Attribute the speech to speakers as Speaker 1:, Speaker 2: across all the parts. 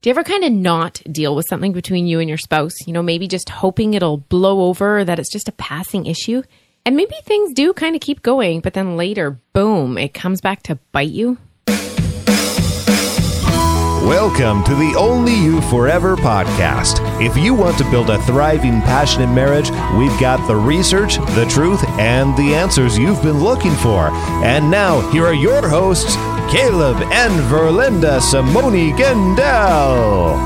Speaker 1: Do you ever kind of not deal with something between you and your spouse? You know, maybe just hoping it'll blow over or that it's just a passing issue? And maybe things do kind of keep going, but then later, boom, it comes back to bite you?
Speaker 2: Welcome to the Only You Forever podcast. If you want to build a thriving, passionate marriage, we've got the research, the truth, and the answers you've been looking for. And now, here are your hosts, Caleb and Verlinda Simone Gendel.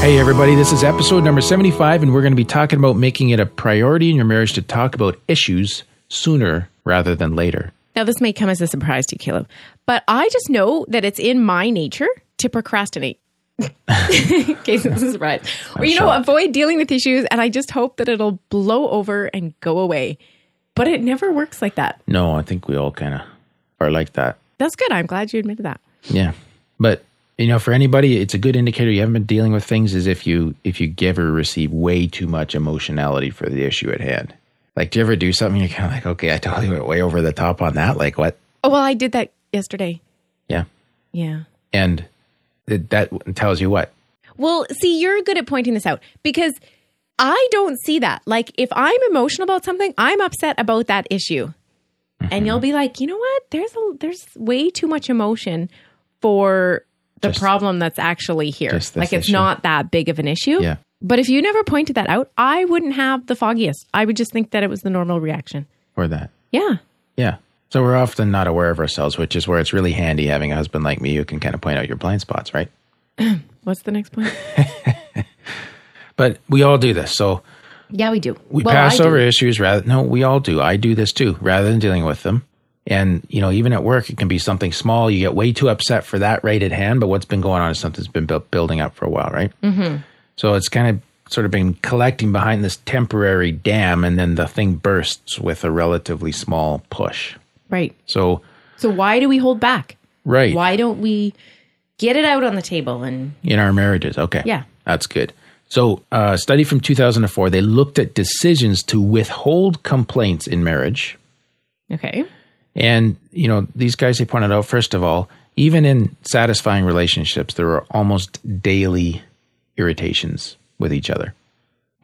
Speaker 3: Hey, everybody, this is episode number 75, and we're going to be talking about making it a priority in your marriage to talk about issues sooner rather than later.
Speaker 1: Now, this may come as a surprise to you, Caleb, but I just know that it's in my nature to procrastinate. in case this is right. Or, you know,
Speaker 3: shocked.
Speaker 1: avoid dealing with issues, and I just hope that it'll blow over and go away. But it never works like that.
Speaker 3: No, I think we all kind of are like that.
Speaker 1: That's good. I'm glad you admitted that.
Speaker 3: Yeah. But you know, for anybody, it's a good indicator you haven't been dealing with things is if you if you give or receive way too much emotionality for the issue at hand. Like, do you ever do something you're kind of like, okay, I totally went way over the top on that. Like, what?
Speaker 1: Oh, well, I did that yesterday.
Speaker 3: Yeah.
Speaker 1: Yeah.
Speaker 3: And it, that tells you what?
Speaker 1: Well, see, you're good at pointing this out because I don't see that. Like, if I'm emotional about something, I'm upset about that issue, and you'll be like, you know what? There's a there's way too much emotion for the
Speaker 3: Just-
Speaker 1: problem that's actually here.
Speaker 3: just this
Speaker 1: Like, it's
Speaker 3: issue.
Speaker 1: not that big of an issue.
Speaker 3: Yeah.
Speaker 1: But if you never pointed that out, I wouldn't have the foggiest. I would just think that it was the normal reaction.
Speaker 3: Or that.
Speaker 1: Yeah.
Speaker 3: Yeah. So we're often not aware of ourselves, which is where it's really handy having a husband like me who can kind of point out your blind spots, right?
Speaker 1: What's the next point?
Speaker 3: But we all do this. So
Speaker 1: yeah, we do.
Speaker 3: we
Speaker 1: Well, I
Speaker 3: pass
Speaker 1: do.
Speaker 3: over issues rather no, we all do. I do this too, rather than dealing with them. And you know, even at work it can be something small. You get way too upset for that right at hand, but what's been going on is something's been built, building up for a while, right? Mm-hmm. So it's kind of sort of been collecting behind this temporary dam and then the thing bursts with a relatively small push.
Speaker 1: Right.
Speaker 3: So
Speaker 1: So why do we hold back?
Speaker 3: right.
Speaker 1: Why don't we get it out on the table and
Speaker 3: In our marriages. Okay.
Speaker 1: Yeah.
Speaker 3: That's good. So, a study from 2004, they looked at decisions to withhold complaints in marriage.
Speaker 1: okay.
Speaker 3: And, you know, these guys, they pointed out, first of all, even in satisfying relationships, there are almost daily irritations with each other.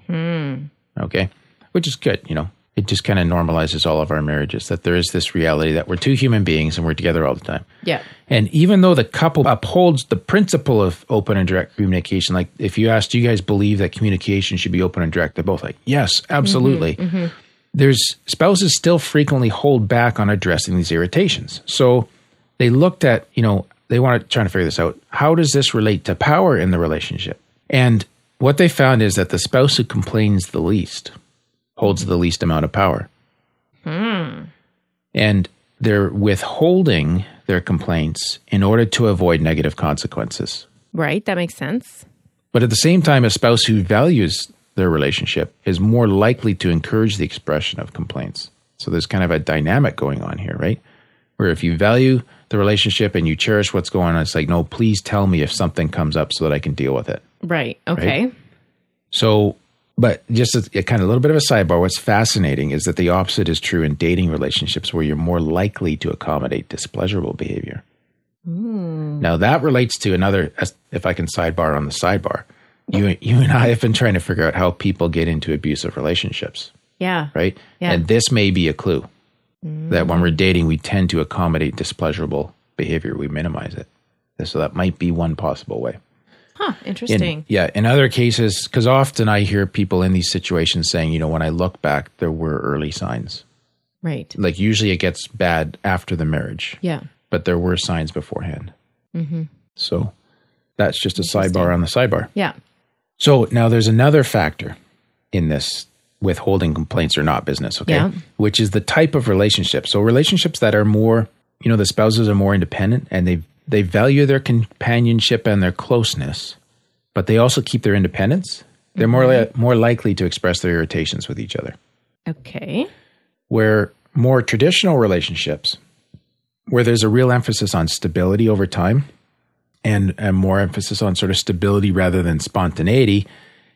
Speaker 3: Hmm. Okay. Which is good, you know. It just kind of normalizes all of our marriages that there is this reality that we're two human beings and we're together all the time.
Speaker 1: Yeah.
Speaker 3: And even though the couple upholds the principle of open and direct communication, like if you asked, do you guys believe that communication should be open and direct? They're both like, yes, absolutely. There's spouses still frequently hold back on addressing these irritations. So they looked at, you know, they wanted trying to figure this out. How does this relate to power in the relationship? And what they found is that the spouse who complains the least holds the least amount of power and they're withholding their complaints in order to avoid negative consequences.
Speaker 1: Right. That makes sense.
Speaker 3: But at the same time, a spouse who values their relationship is more likely to encourage the expression of complaints. So there's kind of a dynamic going on here, right? Where if you value the relationship and you cherish what's going on, it's like, no, please tell me if something comes up so that I can deal with it.
Speaker 1: Right. Okay.
Speaker 3: So, but just a, a kind of little bit of a sidebar, what's fascinating is that the opposite is true in dating relationships where you're more likely to accommodate displeasurable behavior. Now, that relates to another, if I can sidebar on the sidebar. You, you and I have been trying to figure out how people get into abusive relationships,
Speaker 1: Yeah.
Speaker 3: right?
Speaker 1: Yeah.
Speaker 3: And this may be a clue that when we're dating, we tend to accommodate displeasurable behavior, we minimize it. So, that might be one possible way.
Speaker 1: Huh.
Speaker 3: In-
Speaker 1: Interesting.
Speaker 3: yeah, in other cases, because often I hear people in these situations saying, you know, when I look back, there were early signs.
Speaker 1: right.
Speaker 3: Like usually it gets bad after the marriage,
Speaker 1: Yeah.
Speaker 3: but there were signs beforehand. Mm-hmm. So that's just a sidebar on the sidebar.
Speaker 1: Yeah.
Speaker 3: So now there's another factor in this withholding complaints or not business, okay?
Speaker 1: Yeah.
Speaker 3: Which is the type of relationship. So relationships that are more, you know, the spouses are more independent and they they value their companionship and their closeness, but they also keep their independence. They're more li- more likely to express their irritations with each other.
Speaker 1: Okay.
Speaker 3: Where more traditional relationships, where there's a real emphasis on stability over time and, and more emphasis on sort of stability rather than spontaneity.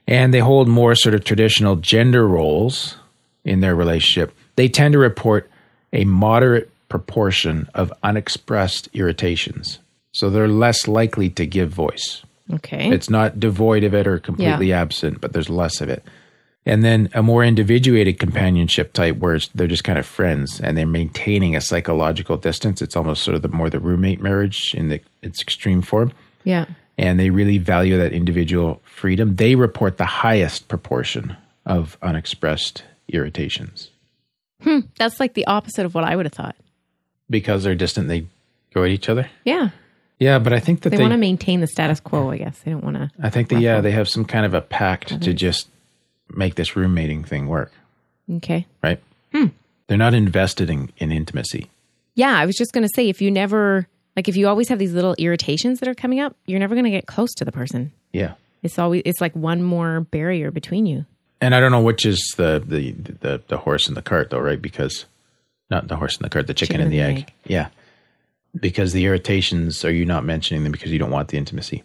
Speaker 3: And they hold more sort of traditional gender roles in their relationship. They tend to report a moderate proportion of unexpressed irritations. So they're less likely to give voice.
Speaker 1: Okay.
Speaker 3: It's not devoid of it or completely absent, but there's less of it. And then a more individuated companionship type where it's, they're just kind of friends and they're maintaining a psychological distance. It's almost sort of the more the roommate marriage in the, its extreme form.
Speaker 1: yeah.
Speaker 3: And they really value that individual freedom. They report the highest proportion of unexpressed irritations.
Speaker 1: That's like the opposite of what I would have thought.
Speaker 3: Because they're distant, they go at each other.
Speaker 1: Yeah.
Speaker 3: Yeah, but I think that
Speaker 1: They,
Speaker 3: they,
Speaker 1: want to maintain the status quo, I guess. They don't want to.
Speaker 3: I think that, yeah, they have some kind of a pact to just make this roommating thing work.
Speaker 1: Okay.
Speaker 3: right? They're not invested in, in intimacy.
Speaker 1: Yeah. I was just going to say if you never, like, if you always have these little irritations that are coming up, you're never going to get close to the person.
Speaker 3: Yeah.
Speaker 1: It's always, it's like one more barrier between you.
Speaker 3: And I don't know which is the the the, the horse and the cart though, right? Because not the horse and the cart, the chicken, and the, egg. Yeah. Because the irritations are you not mentioning them because you don't want the intimacy,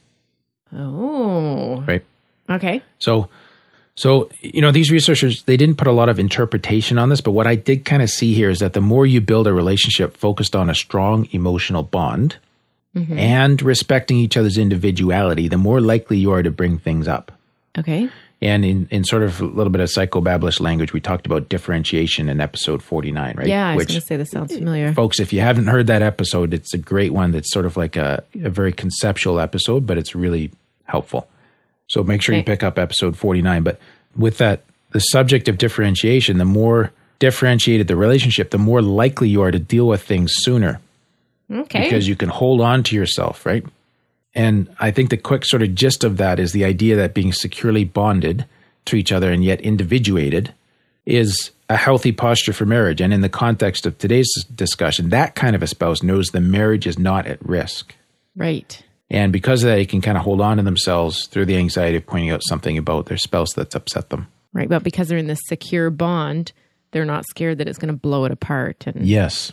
Speaker 1: Oh.
Speaker 3: right?
Speaker 1: Okay.
Speaker 3: So so you know these researchers they didn't put a lot of interpretation on this, but what I did kind of see here is that the more you build a relationship focused on a strong emotional bond Mm-hmm. and respecting each other's individuality, the more likely you are to bring things up.
Speaker 1: Okay.
Speaker 3: And in, in sort of a little bit of psychobabblish language, we talked about differentiation in episode 49, right?
Speaker 1: Yeah. I was
Speaker 3: Which,
Speaker 1: going to say this sounds familiar.
Speaker 3: folks, if you haven't heard that episode, it's a great one that's sort of like a, a very conceptual episode, but it's really helpful. So make sure you
Speaker 1: Okay.
Speaker 3: pick up episode 49. But with that, the subject of differentiation, the more differentiated the relationship, the more likely you are to deal with things sooner
Speaker 1: Okay.
Speaker 3: because you can hold on to yourself, right? And I think the quick sort of gist of that is the idea that being securely bonded to each other and yet individuated is a healthy posture for marriage. And in the context of today's discussion, that kind of a spouse knows the marriage is not at risk.
Speaker 1: right.
Speaker 3: And because of that, they can kind of hold on to themselves through the anxiety of pointing out something about their spouse that's upset them.
Speaker 1: Right. But because they're in this secure bond, they're not scared that it's going to blow it apart. And
Speaker 3: Yes.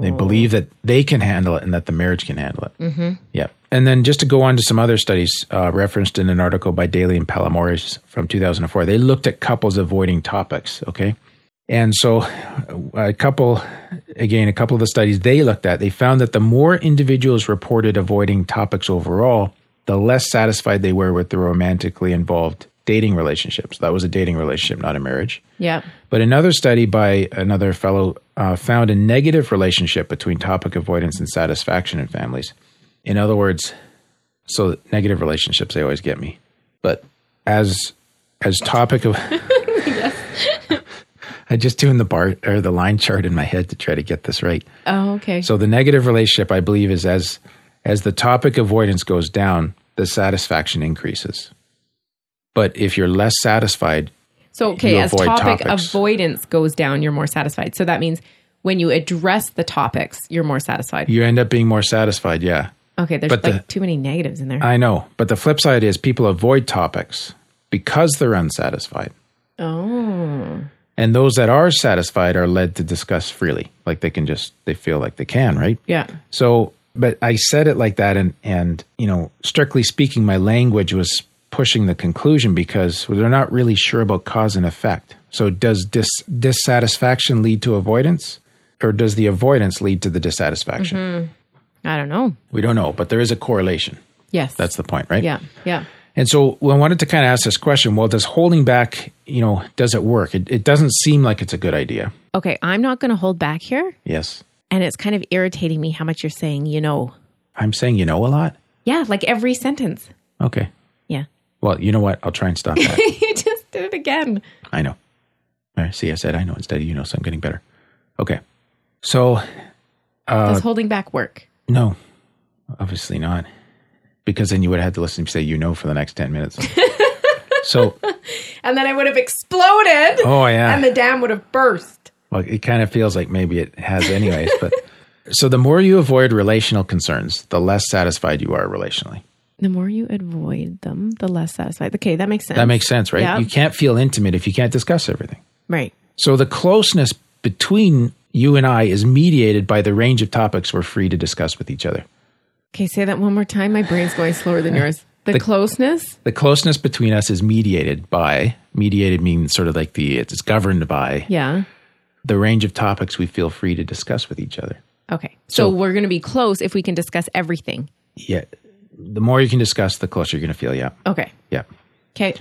Speaker 3: They believe that they can handle it and that the marriage can handle it. Mm-hmm. Yeah. And then just to go on to some other studies uh, referenced in an article by Daly and Palomores from 2004, they looked at couples avoiding topics. Okay. And so uh, a couple, again, a couple of the studies they looked at, they found that the more individuals reported avoiding topics overall, the less satisfied they were with the romantically involved dating relationships. That was a dating relationship, not a marriage.
Speaker 1: yeah.
Speaker 3: But another study by another fellow uh, found a negative relationship between topic avoidance and satisfaction in families. In other words, so negative relationships they always get me. But as as topic of, I just doing the bar or the line chart in my head to try to get this right.
Speaker 1: Oh, okay.
Speaker 3: So the negative relationship, I believe, is as as the topic avoidance goes down, the satisfaction increases. But if you're less satisfied,
Speaker 1: So okay,
Speaker 3: you
Speaker 1: as
Speaker 3: avoid
Speaker 1: topic
Speaker 3: topics.
Speaker 1: avoidance goes down, you're more satisfied. So that means when you address the topics, you're more satisfied.
Speaker 3: you end up being more satisfied. Yeah.
Speaker 1: Okay, there's like
Speaker 3: but the-
Speaker 1: too many negatives in there.
Speaker 3: I know, but the flip side is people avoid topics because they're unsatisfied.
Speaker 1: oh,
Speaker 3: And those that are satisfied are led to discuss freely. Like they can just they feel like they can, right?
Speaker 1: yeah.
Speaker 3: So, but I said it like that and and you know, strictly speaking my language was pushing the conclusion because they're not really sure about cause and effect. So does dis- dissatisfaction lead to avoidance or does the avoidance lead to the dissatisfaction?
Speaker 1: I don't know.
Speaker 3: We don't know, but there is a correlation.
Speaker 1: Yes,
Speaker 3: That's the point, right?
Speaker 1: yeah, yeah.
Speaker 3: And so well, I wanted to kind of ask this question. Well, does holding back, you know, does it work? It, it doesn't seem like it's a good idea.
Speaker 1: Okay, I'm not going to hold back here,
Speaker 3: Yes.
Speaker 1: and it's kind of irritating me how much you're saying. You know,
Speaker 3: I'm saying you know a lot.
Speaker 1: yeah, like every sentence.
Speaker 3: Okay.
Speaker 1: Yeah,
Speaker 3: Well, you know what? I'll try and stop that.
Speaker 1: you just did it again.
Speaker 3: I know. All right, see, I said I know instead of you know, so I'm getting better. Okay. So, Uh,
Speaker 1: Does holding back work?
Speaker 3: no, obviously not. Because then you would have had to listen to me say you know for the next 10 minutes. so,
Speaker 1: And then I would have exploded,
Speaker 3: oh, yeah.
Speaker 1: and the dam would have burst.
Speaker 3: Well, it kind of feels like maybe it has, anyways. but so the more you avoid relational concerns, the less satisfied you are relationally.
Speaker 1: The more you avoid them, the less satisfied. Okay, that makes sense.
Speaker 3: That makes sense, right?
Speaker 1: Yeah.
Speaker 3: You can't feel intimate if you can't discuss everything.
Speaker 1: right.
Speaker 3: So the closeness between you and I is mediated by the range of topics we're free to discuss with each other.
Speaker 1: Okay, say that one more time. My brain's going slower than yours. The, closeness.
Speaker 3: The closeness between us is mediated by, mediated means sort of like the, it's governed by
Speaker 1: Yeah.
Speaker 3: the range of topics we feel free to discuss with each other.
Speaker 1: Okay. So,
Speaker 3: So-
Speaker 1: we're going to be close if we can discuss everything.
Speaker 3: Yeah. The more you can discuss, the closer you're going to feel. Yeah.
Speaker 1: Okay.
Speaker 3: Yeah.
Speaker 1: Okay.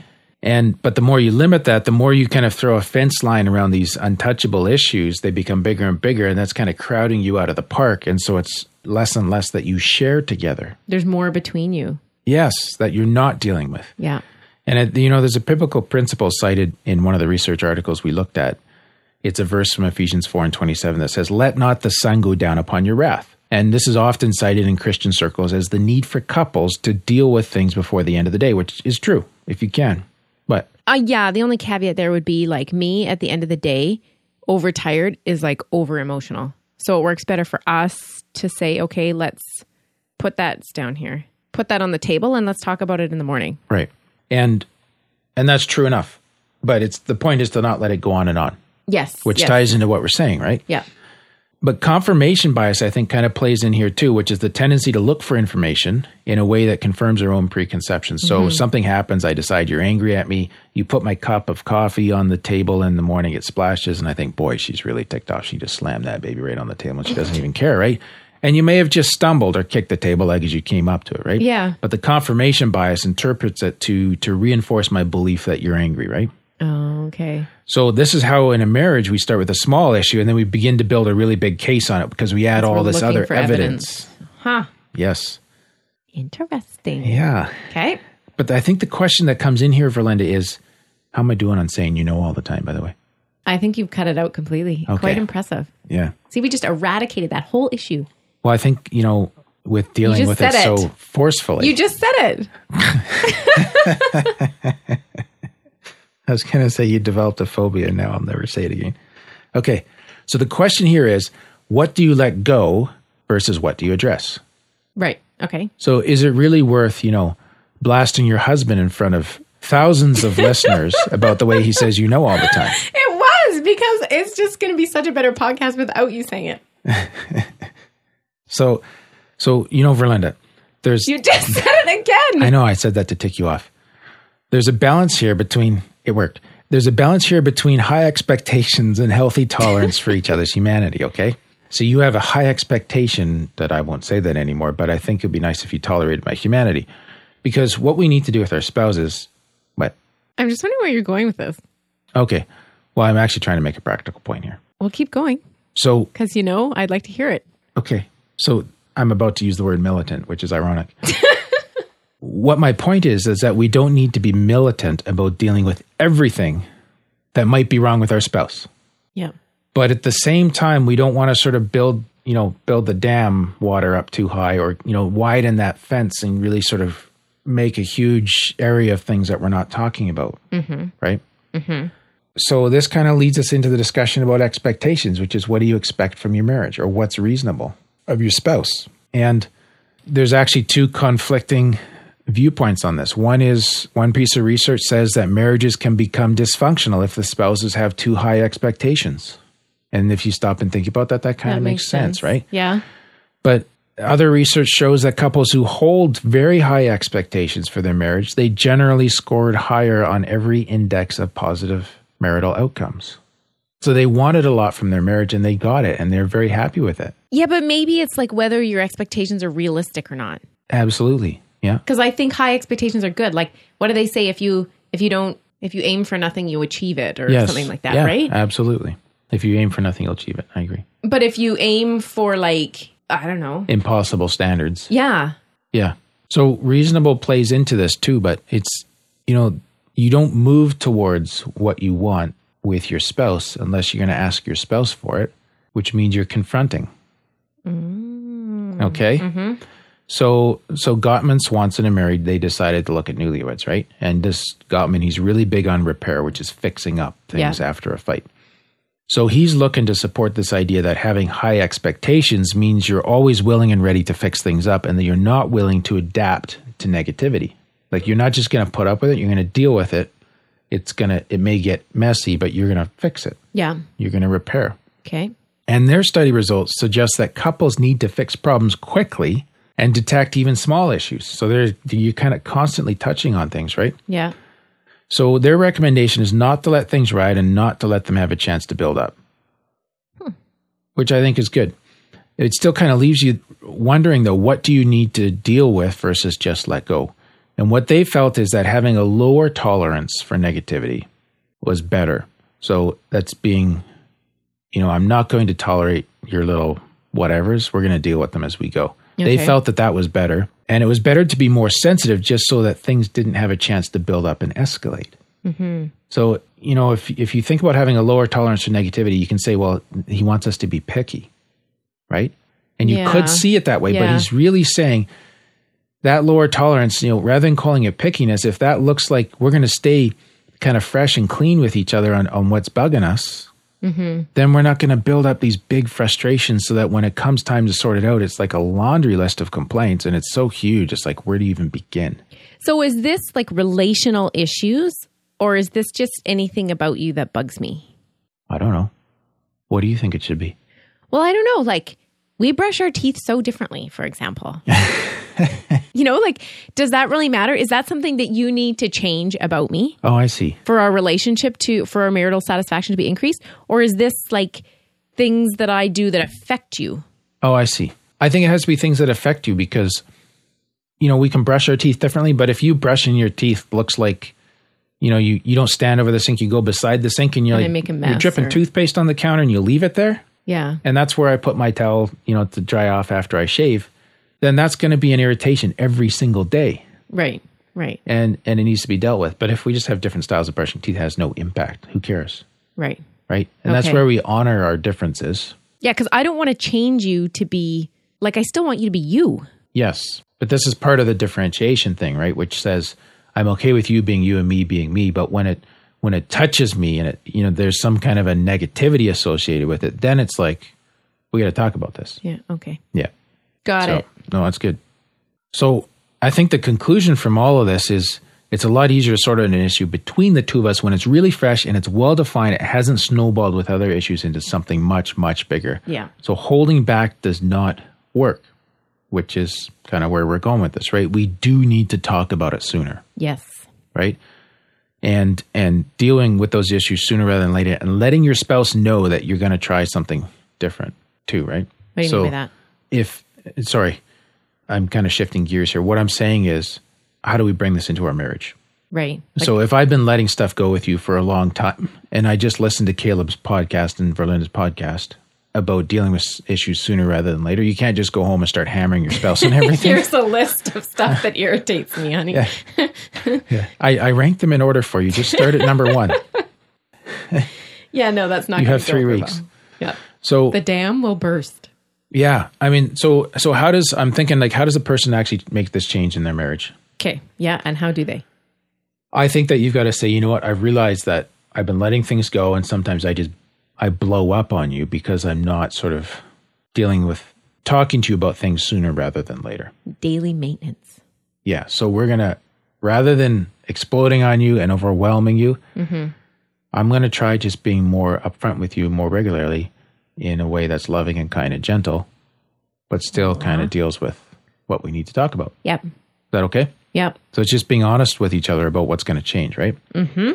Speaker 3: And, but the more you limit that, the more you kind of throw a fence line around these untouchable issues, they become bigger and bigger. And that's kind of crowding you out of the park. And so it's less and less that you share together.
Speaker 1: There's more between you.
Speaker 3: Yes. That you're not dealing with.
Speaker 1: Yeah.
Speaker 3: And it, you know, there's a biblical principle cited in one of the research articles we looked at. It's a verse from Ephesians 4 and 27 that says, Let not the sun go down upon your wrath. And this is often cited in Christian circles as the need for couples to deal with things before the end of the day, which is true if you can. But
Speaker 1: Uh, yeah. The only caveat there would be like me at the end of the day, overtired is like over emotional. So it works better for us to say, okay, let's put that down here, put that on the table, and let's talk about it in the morning.
Speaker 3: right. And and that's true enough. But it's the point is to not let it go on and on,
Speaker 1: Yes.
Speaker 3: which
Speaker 1: yes.
Speaker 3: ties into what we're saying, right?
Speaker 1: Yeah.
Speaker 3: But confirmation bias, I think, kind of plays in here too, which is the tendency to look for information in a way that confirms our own preconceptions. So something happens, I decide you're angry at me. You put my cup of coffee on the table in the morning, it splashes, and I think, boy, she's really ticked off. She just slammed that baby right on the table and she doesn't even care, right? And you may have just stumbled or kicked the table leg as you came up to it, right?
Speaker 1: Yeah.
Speaker 3: But the confirmation bias interprets it to to reinforce my belief that you're angry, right?
Speaker 1: Oh, okay.
Speaker 3: So this is how in a marriage we start with a small issue and then we begin to build a really big case on it because we add all
Speaker 1: we're
Speaker 3: this
Speaker 1: looking
Speaker 3: other
Speaker 1: for
Speaker 3: evidence.
Speaker 1: Huh.
Speaker 3: Yes.
Speaker 1: Interesting.
Speaker 3: Yeah.
Speaker 1: Okay.
Speaker 3: But I think the question that comes in here, Verlinda, is how am I doing on saying you know all the time, by the way?
Speaker 1: I think you've cut it out completely.
Speaker 3: Okay.
Speaker 1: Quite impressive.
Speaker 3: Yeah.
Speaker 1: See, we just eradicated that whole issue.
Speaker 3: Well, I think, you know, with dealing
Speaker 1: just
Speaker 3: with it,
Speaker 1: said it.
Speaker 3: so forcefully.
Speaker 1: You just said it.
Speaker 3: I was going to say you developed a phobia. Now I'll never say it again. Okay. So the question here is what do you let go versus what do you address?
Speaker 1: Right. Okay.
Speaker 3: So is it really worth, you know, blasting your husband in front of thousands of listeners about the way he says you know all the time?
Speaker 1: It was because it's just going to be such a better podcast without you saying it.
Speaker 3: So so you know Verlinda, there's
Speaker 1: You just said it again.
Speaker 3: I know I said that to tick you off. There's a balance here between it worked. There's a balance here between high expectations and healthy tolerance for each other's humanity, okay? So you have a high expectation that I won't say that anymore, but I think it'd be nice if you tolerated my humanity. Because what we need to do with our spouses, what?
Speaker 1: I'm just wondering where you're going with this.
Speaker 3: Okay. Well, I'm actually trying to make a practical point here.
Speaker 1: Well, keep going
Speaker 3: So,
Speaker 1: because you know I'd like to hear it.
Speaker 3: okay. So I'm about to use the word militant, which is ironic. what my point is, is that we don't need to be militant about dealing with everything that might be wrong with our spouse.
Speaker 1: Yeah.
Speaker 3: But at the same time, we don't want to sort of build, you know, build the dam water up too high or, you know, widen that fence and really sort of make a huge area of things that we're not talking about. Right. Mm-hmm. So this kind of leads us into the discussion about expectations, which is what do you expect from your marriage or what's reasonable of your spouse? And there's actually two conflicting viewpoints on this. One is one piece of research says that marriages can become dysfunctional if the spouses have too high expectations. And if you stop and think about that, that kind of makes, sense, right?
Speaker 1: Yeah.
Speaker 3: But other research shows that couples who hold very high expectations for their marriage, they generally scored higher on every index of positive marital outcomes. So they wanted a lot from their marriage and they got it and they're very happy with it.
Speaker 1: Yeah, but maybe it's like whether your expectations are realistic or not.
Speaker 3: Absolutely. Yeah.
Speaker 1: Because I think high expectations are good. Like, what do they say? If you if you don't if you aim for nothing, you achieve it, or
Speaker 3: Yes.
Speaker 1: something like that,
Speaker 3: Yeah,
Speaker 1: right?
Speaker 3: Absolutely. If you aim for nothing, you'll achieve it. I agree.
Speaker 1: But if you aim for like I don't know,
Speaker 3: Impossible standards.
Speaker 1: yeah,
Speaker 3: Yeah. So reasonable plays into this too, but it's, you know, you don't move towards what you want with your spouse unless you're going to ask your spouse for it, which means you're confronting. Okay. So, so Gottman, Swanson, and Mary, they decided to look at newlyweds, right? And this Gottman, he's really big on repair, which is fixing up things
Speaker 1: Yeah.
Speaker 3: after a fight. So he's looking to support this idea that having high expectations means you're always willing and ready to fix things up and that you're not willing to adapt to negativity. Like you're not just going to put up with it, you're going to deal with it. It's going to it may get messy, but you're going to fix it.
Speaker 1: yeah,
Speaker 3: You're going to repair.
Speaker 1: okay,
Speaker 3: And their study results suggest that couples need to fix problems quickly and detect even small issues. So they're you're kind of constantly touching on things, right?
Speaker 1: yeah,
Speaker 3: So their recommendation is not to let things ride and not to let them have a chance to build up, which I think is good. it still kind of leaves you wondering though what do you need to deal with versus just let go and what they felt is that having a lower tolerance for negativity was better so that's being you know i'm not going to tolerate your little whatevers we're going to deal with them as we go they
Speaker 1: Okay.
Speaker 3: felt that that was better and it was better to be more sensitive just so that things didn't have a chance to build up and escalate so you know if if you think about having a lower tolerance for negativity you can say well he wants us to be picky right? And you
Speaker 1: Yeah.
Speaker 3: could see it that way, but
Speaker 1: Yeah.
Speaker 3: he's really saying that lower tolerance, you know, rather than calling it pickiness, if that looks like we're going to stay kind of fresh and clean with each other on, on what's bugging us,
Speaker 1: Mm-hmm.
Speaker 3: then we're not going to build up these big frustrations so that when it comes time to sort it out, it's like a laundry list of complaints and it's so huge. It's like, where do you even begin?
Speaker 1: So is this like relational issues or is this just anything about you that bugs me?
Speaker 3: I don't know. What do you think it should be?
Speaker 1: Well, I don't know. Like, we brush our teeth so differently, for example. you know, like, does that really matter? Is that something that you need to change about me
Speaker 3: Oh, I see.
Speaker 1: for our relationship to, for our marital satisfaction to be increased? Or is this like things that I do that affect you?
Speaker 3: Oh, I see. I think it has to be things that affect you because, you know, we can brush our teeth differently, but if you brushing your teeth looks like, you know, you, you don't stand over the sink, you go beside the sink and you're
Speaker 1: And I
Speaker 3: like,
Speaker 1: make a
Speaker 3: you're
Speaker 1: mess
Speaker 3: dripping
Speaker 1: or-
Speaker 3: toothpaste on the counter and you leave it there.
Speaker 1: Yeah.
Speaker 3: And that's where I put my towel, you know, to dry off after I shave. Then that's going to be an irritation every single day
Speaker 1: Right. Right.
Speaker 3: and, and it needs to be dealt with. But if we just have different styles of brushing teeth, it has no impact. Who cares?
Speaker 1: Right.
Speaker 3: Right. And that's
Speaker 1: Okay.
Speaker 3: where we honor our differences.
Speaker 1: Yeah. Cause I don't want to change you to be like, I still want you to be you.
Speaker 3: Yes. But this is part of the differentiation thing, right? Which says I'm okay with you being you and me being me, but when it when it touches me and it you know there's some kind of a negativity associated with it, then it's like we got to talk about this.
Speaker 1: Yeah. Okay.
Speaker 3: Yeah.
Speaker 1: Got
Speaker 3: So,
Speaker 1: it.
Speaker 3: no, that's good. So, I think the conclusion from all of this is it's a lot easier to sort out an issue between the two of us when it's really fresh and it's well defined. It hasn't snowballed with other issues into something much, much bigger.
Speaker 1: Yeah.
Speaker 3: So, holding back does not work, which is kind of where we're going with this, right? We do need to talk about it sooner
Speaker 1: Yes.
Speaker 3: right and and dealing with those issues sooner rather than later and letting your spouse know that you're going to try something different too right
Speaker 1: What do you mean by that?
Speaker 3: if sorry i'm kind of shifting gears here what i'm saying is how do we bring this into our marriage
Speaker 1: Right.
Speaker 3: so if I've been letting stuff go with you for a long time, and I just listened to Caleb's podcast and Verlinda's podcast about dealing with s- issues sooner rather than later, you can't just go home and start hammering your spouse and everything.
Speaker 1: Here's a list of stuff that irritates me, honey.
Speaker 3: I, I ranked them in order for you. Just start at number one.
Speaker 1: Yeah, no, that's not.
Speaker 3: You
Speaker 1: gonna
Speaker 3: have
Speaker 1: go
Speaker 3: three
Speaker 1: over
Speaker 3: weeks.
Speaker 1: well. Yeah,
Speaker 3: So
Speaker 1: the dam will burst.
Speaker 3: yeah, I mean, so so how does I'm thinking like how does a person actually make this change in their marriage?
Speaker 1: Okay, yeah, and how do they?
Speaker 3: I think that you've got to say, you know what? I've realized that I've been letting things go, and sometimes I just I blow up on you because I'm not sort of dealing with talking to you about things sooner rather than later.
Speaker 1: Daily maintenance.
Speaker 3: Yeah. So we're gonna rather than exploding on you and overwhelming you, I'm gonna try just being more upfront with you more regularly in a way that's loving and kind and gentle, but still kind of deals with what we need to talk about. Is
Speaker 1: Yep,
Speaker 3: that okay?
Speaker 1: yep,
Speaker 3: So it's just being honest with each other about what's going to change, right? Mm-hmm.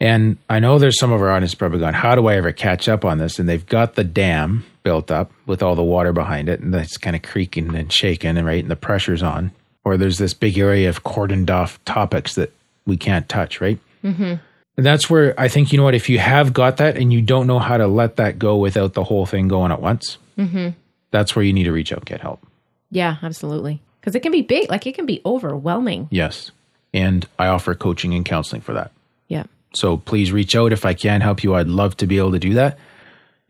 Speaker 3: And I know there's some of our audience probably going, "How do I ever catch up on this?" And they've got the dam built up with all the water behind it, and it's kind of creaking and shaking, and right, and the pressure's on. Or there's this big area of cordoned off topics that we can't touch, right? Mm-hmm. And that's where I think you know what if you have got that and you don't know how to let that go without the whole thing going at once. Mm-hmm. That's where you need to reach out, get help.
Speaker 1: yeah, absolutely. Because it can be big, like it can be overwhelming.
Speaker 3: Yes, and I offer coaching and counseling for that.
Speaker 1: Yeah,
Speaker 3: So please reach out if I can help you. I'd love to be able to do that.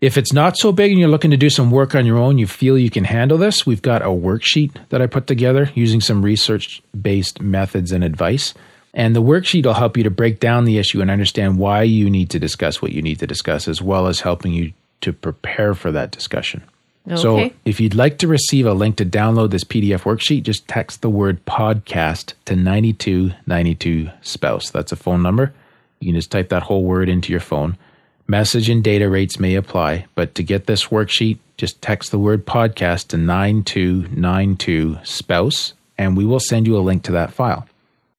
Speaker 3: If it's not so big and you're looking to do some work on your own, you feel you can handle this, we've got a worksheet that I put together using some research based methods and advice. And the worksheet will help you to break down the issue and understand why you need to discuss what you need to discuss, as well as helping you to prepare for that discussion. So
Speaker 1: Okay.
Speaker 3: if you'd like to receive a link to download this PDF worksheet, just text the word podcast to 9292 spouse. That's a phone number. You can just type that whole word into your phone. Message and data rates may apply, but to get this worksheet, just text the word podcast to 9292 spouse, and we will send you a link to that file.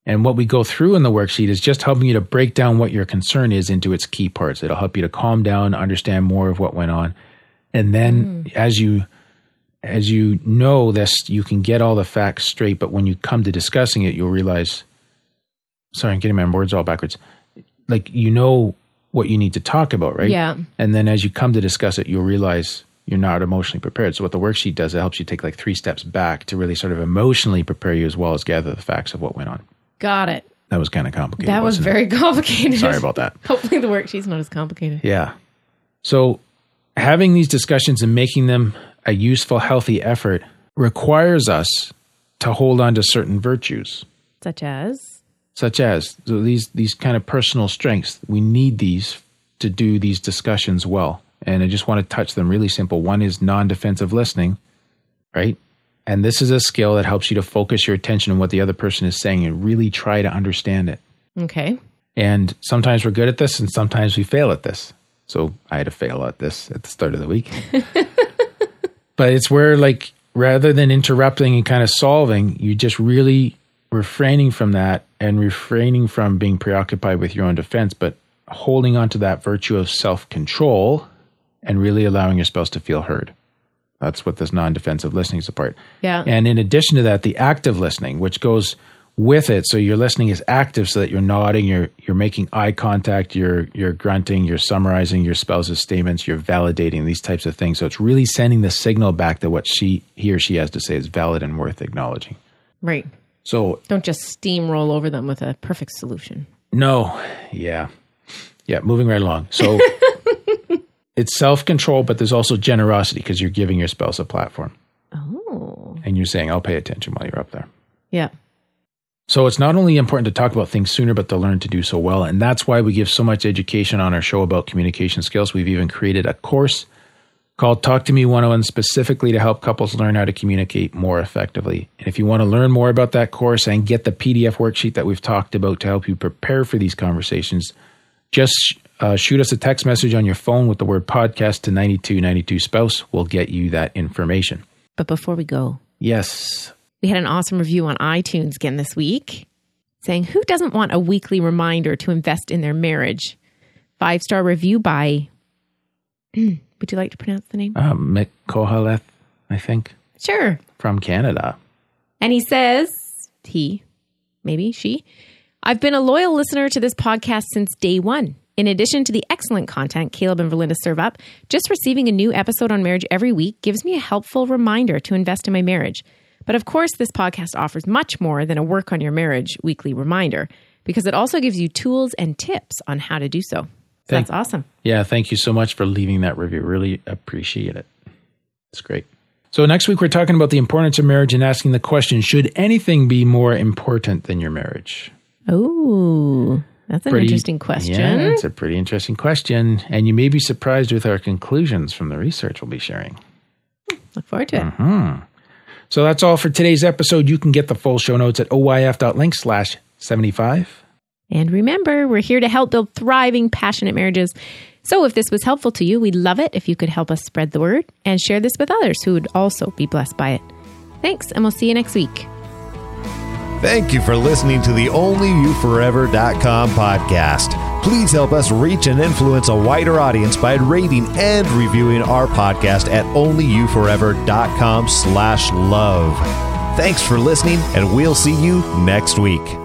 Speaker 3: And what we go through in the worksheet is just helping you to break down what your concern is into its key
Speaker 1: Hmm.
Speaker 3: parts. It'll help you to calm down, understand more of what went on. And then as you as you know this, you can get all the facts straight, but when you come to discussing it, you'll realize. Sorry, I'm getting my words all backwards. Like you know what you need to talk about, right?
Speaker 1: Yeah.
Speaker 3: And then as you come to discuss it, you'll realize you're not emotionally prepared. So what the worksheet does, it helps you take like three steps back to really sort of emotionally prepare you as well as gather the facts of what went on.
Speaker 1: Got it.
Speaker 3: That was kind of complicated.
Speaker 1: That was
Speaker 3: wasn't it?
Speaker 1: very complicated.
Speaker 3: Sorry about that.
Speaker 1: Hopefully the worksheet's not as complicated.
Speaker 3: Yeah. So having these discussions and making them a useful, healthy effort requires us to hold on to certain virtues,
Speaker 1: Such as
Speaker 3: such as so these these kind of personal strengths. We need these to do these discussions well. And I just want to touch them really simple. One is non-defensive listening, right? And this is a skill that helps you to focus your attention on what the other person is saying and really try to understand it.
Speaker 1: okay.
Speaker 3: And sometimes we're good at this and sometimes we fail at this. So I had to fail at this at the start of the week. but it's where, like, rather than interrupting and kind of solving, you just really refraining from that and refraining from being preoccupied with your own defense, but holding on to that virtue of self control and really allowing your spouse to feel heard. That's what this non defensive listening is apart.
Speaker 1: Yeah.
Speaker 3: And in addition to that, the active listening, which goes with it. So your listening is active so that you're nodding, you're you're making eye contact, you're you're grunting, you're summarizing your spouse's statements, you're validating these types of things. So it's really sending the signal back that what she he or she has to say is valid and worth acknowledging.
Speaker 1: Right.
Speaker 3: So
Speaker 1: Don't just steamroll over them with a perfect solution.
Speaker 3: No. Yeah. Yeah. Moving right along. So it's self control, but there's also generosity because you're giving your spouse a platform
Speaker 1: Oh.
Speaker 3: and you're saying, I'll pay attention while you're up there.
Speaker 1: Yeah.
Speaker 3: So it's not only important to talk about things sooner, but to learn to do so well. And that's why we give so much education on our show about communication skills. We've even created a course called Talk to Me 101 specifically to help couples learn how to communicate more effectively. And if you want to learn more about that course and get the PDF worksheet that we've talked about to help you prepare for these conversations, just uh, shoot us a text message on your phone with the word podcast to 9292 spouse. We'll get you that information.
Speaker 1: But before we go,
Speaker 3: Yes.
Speaker 1: we had an awesome review on iTunes again this week saying, Who doesn't want a weekly reminder to invest in their marriage? Five star review by, would you like to pronounce the name?
Speaker 3: Uh, Mick Kohaleth, I think,
Speaker 1: Sure.
Speaker 3: from Canada.
Speaker 1: And he says, he, maybe she, I've been a loyal listener to this podcast since day one. In addition to the excellent content Caleb and Verlinda serve up, just receiving a new episode on marriage every week gives me a helpful reminder to invest in my marriage. But of course, this podcast offers much more than a work on your marriage weekly reminder because it also gives you tools and tips on how to do so. So
Speaker 3: Thank-
Speaker 1: that's awesome.
Speaker 3: Yeah, thank you so much for leaving that review. Really appreciate it. It's great. So, next week, we're talking about the importance of marriage and asking the question should anything be more important than your marriage?
Speaker 1: Oh, that's an interesting question.
Speaker 3: Yeah, it's a pretty interesting question. And you may be surprised with our conclusions from the research we'll be sharing.
Speaker 1: Look forward to it.
Speaker 3: So, that's all for today's episode. You can get the full show notes at oyf.link slash 75.
Speaker 1: And remember, we're here to help build thriving, passionate marriages. So if this was helpful to you, we'd love it if you could help us spread the word and share this with others who would also be blessed by it. Thanks, and we'll see you next week.
Speaker 2: Thank you for listening to the OnlyYouForever.com podcast. Please help us reach and influence a wider audience by rating and reviewing our podcast at OnlyYouForever.com slash love. Thanks for listening, and we'll see you next week.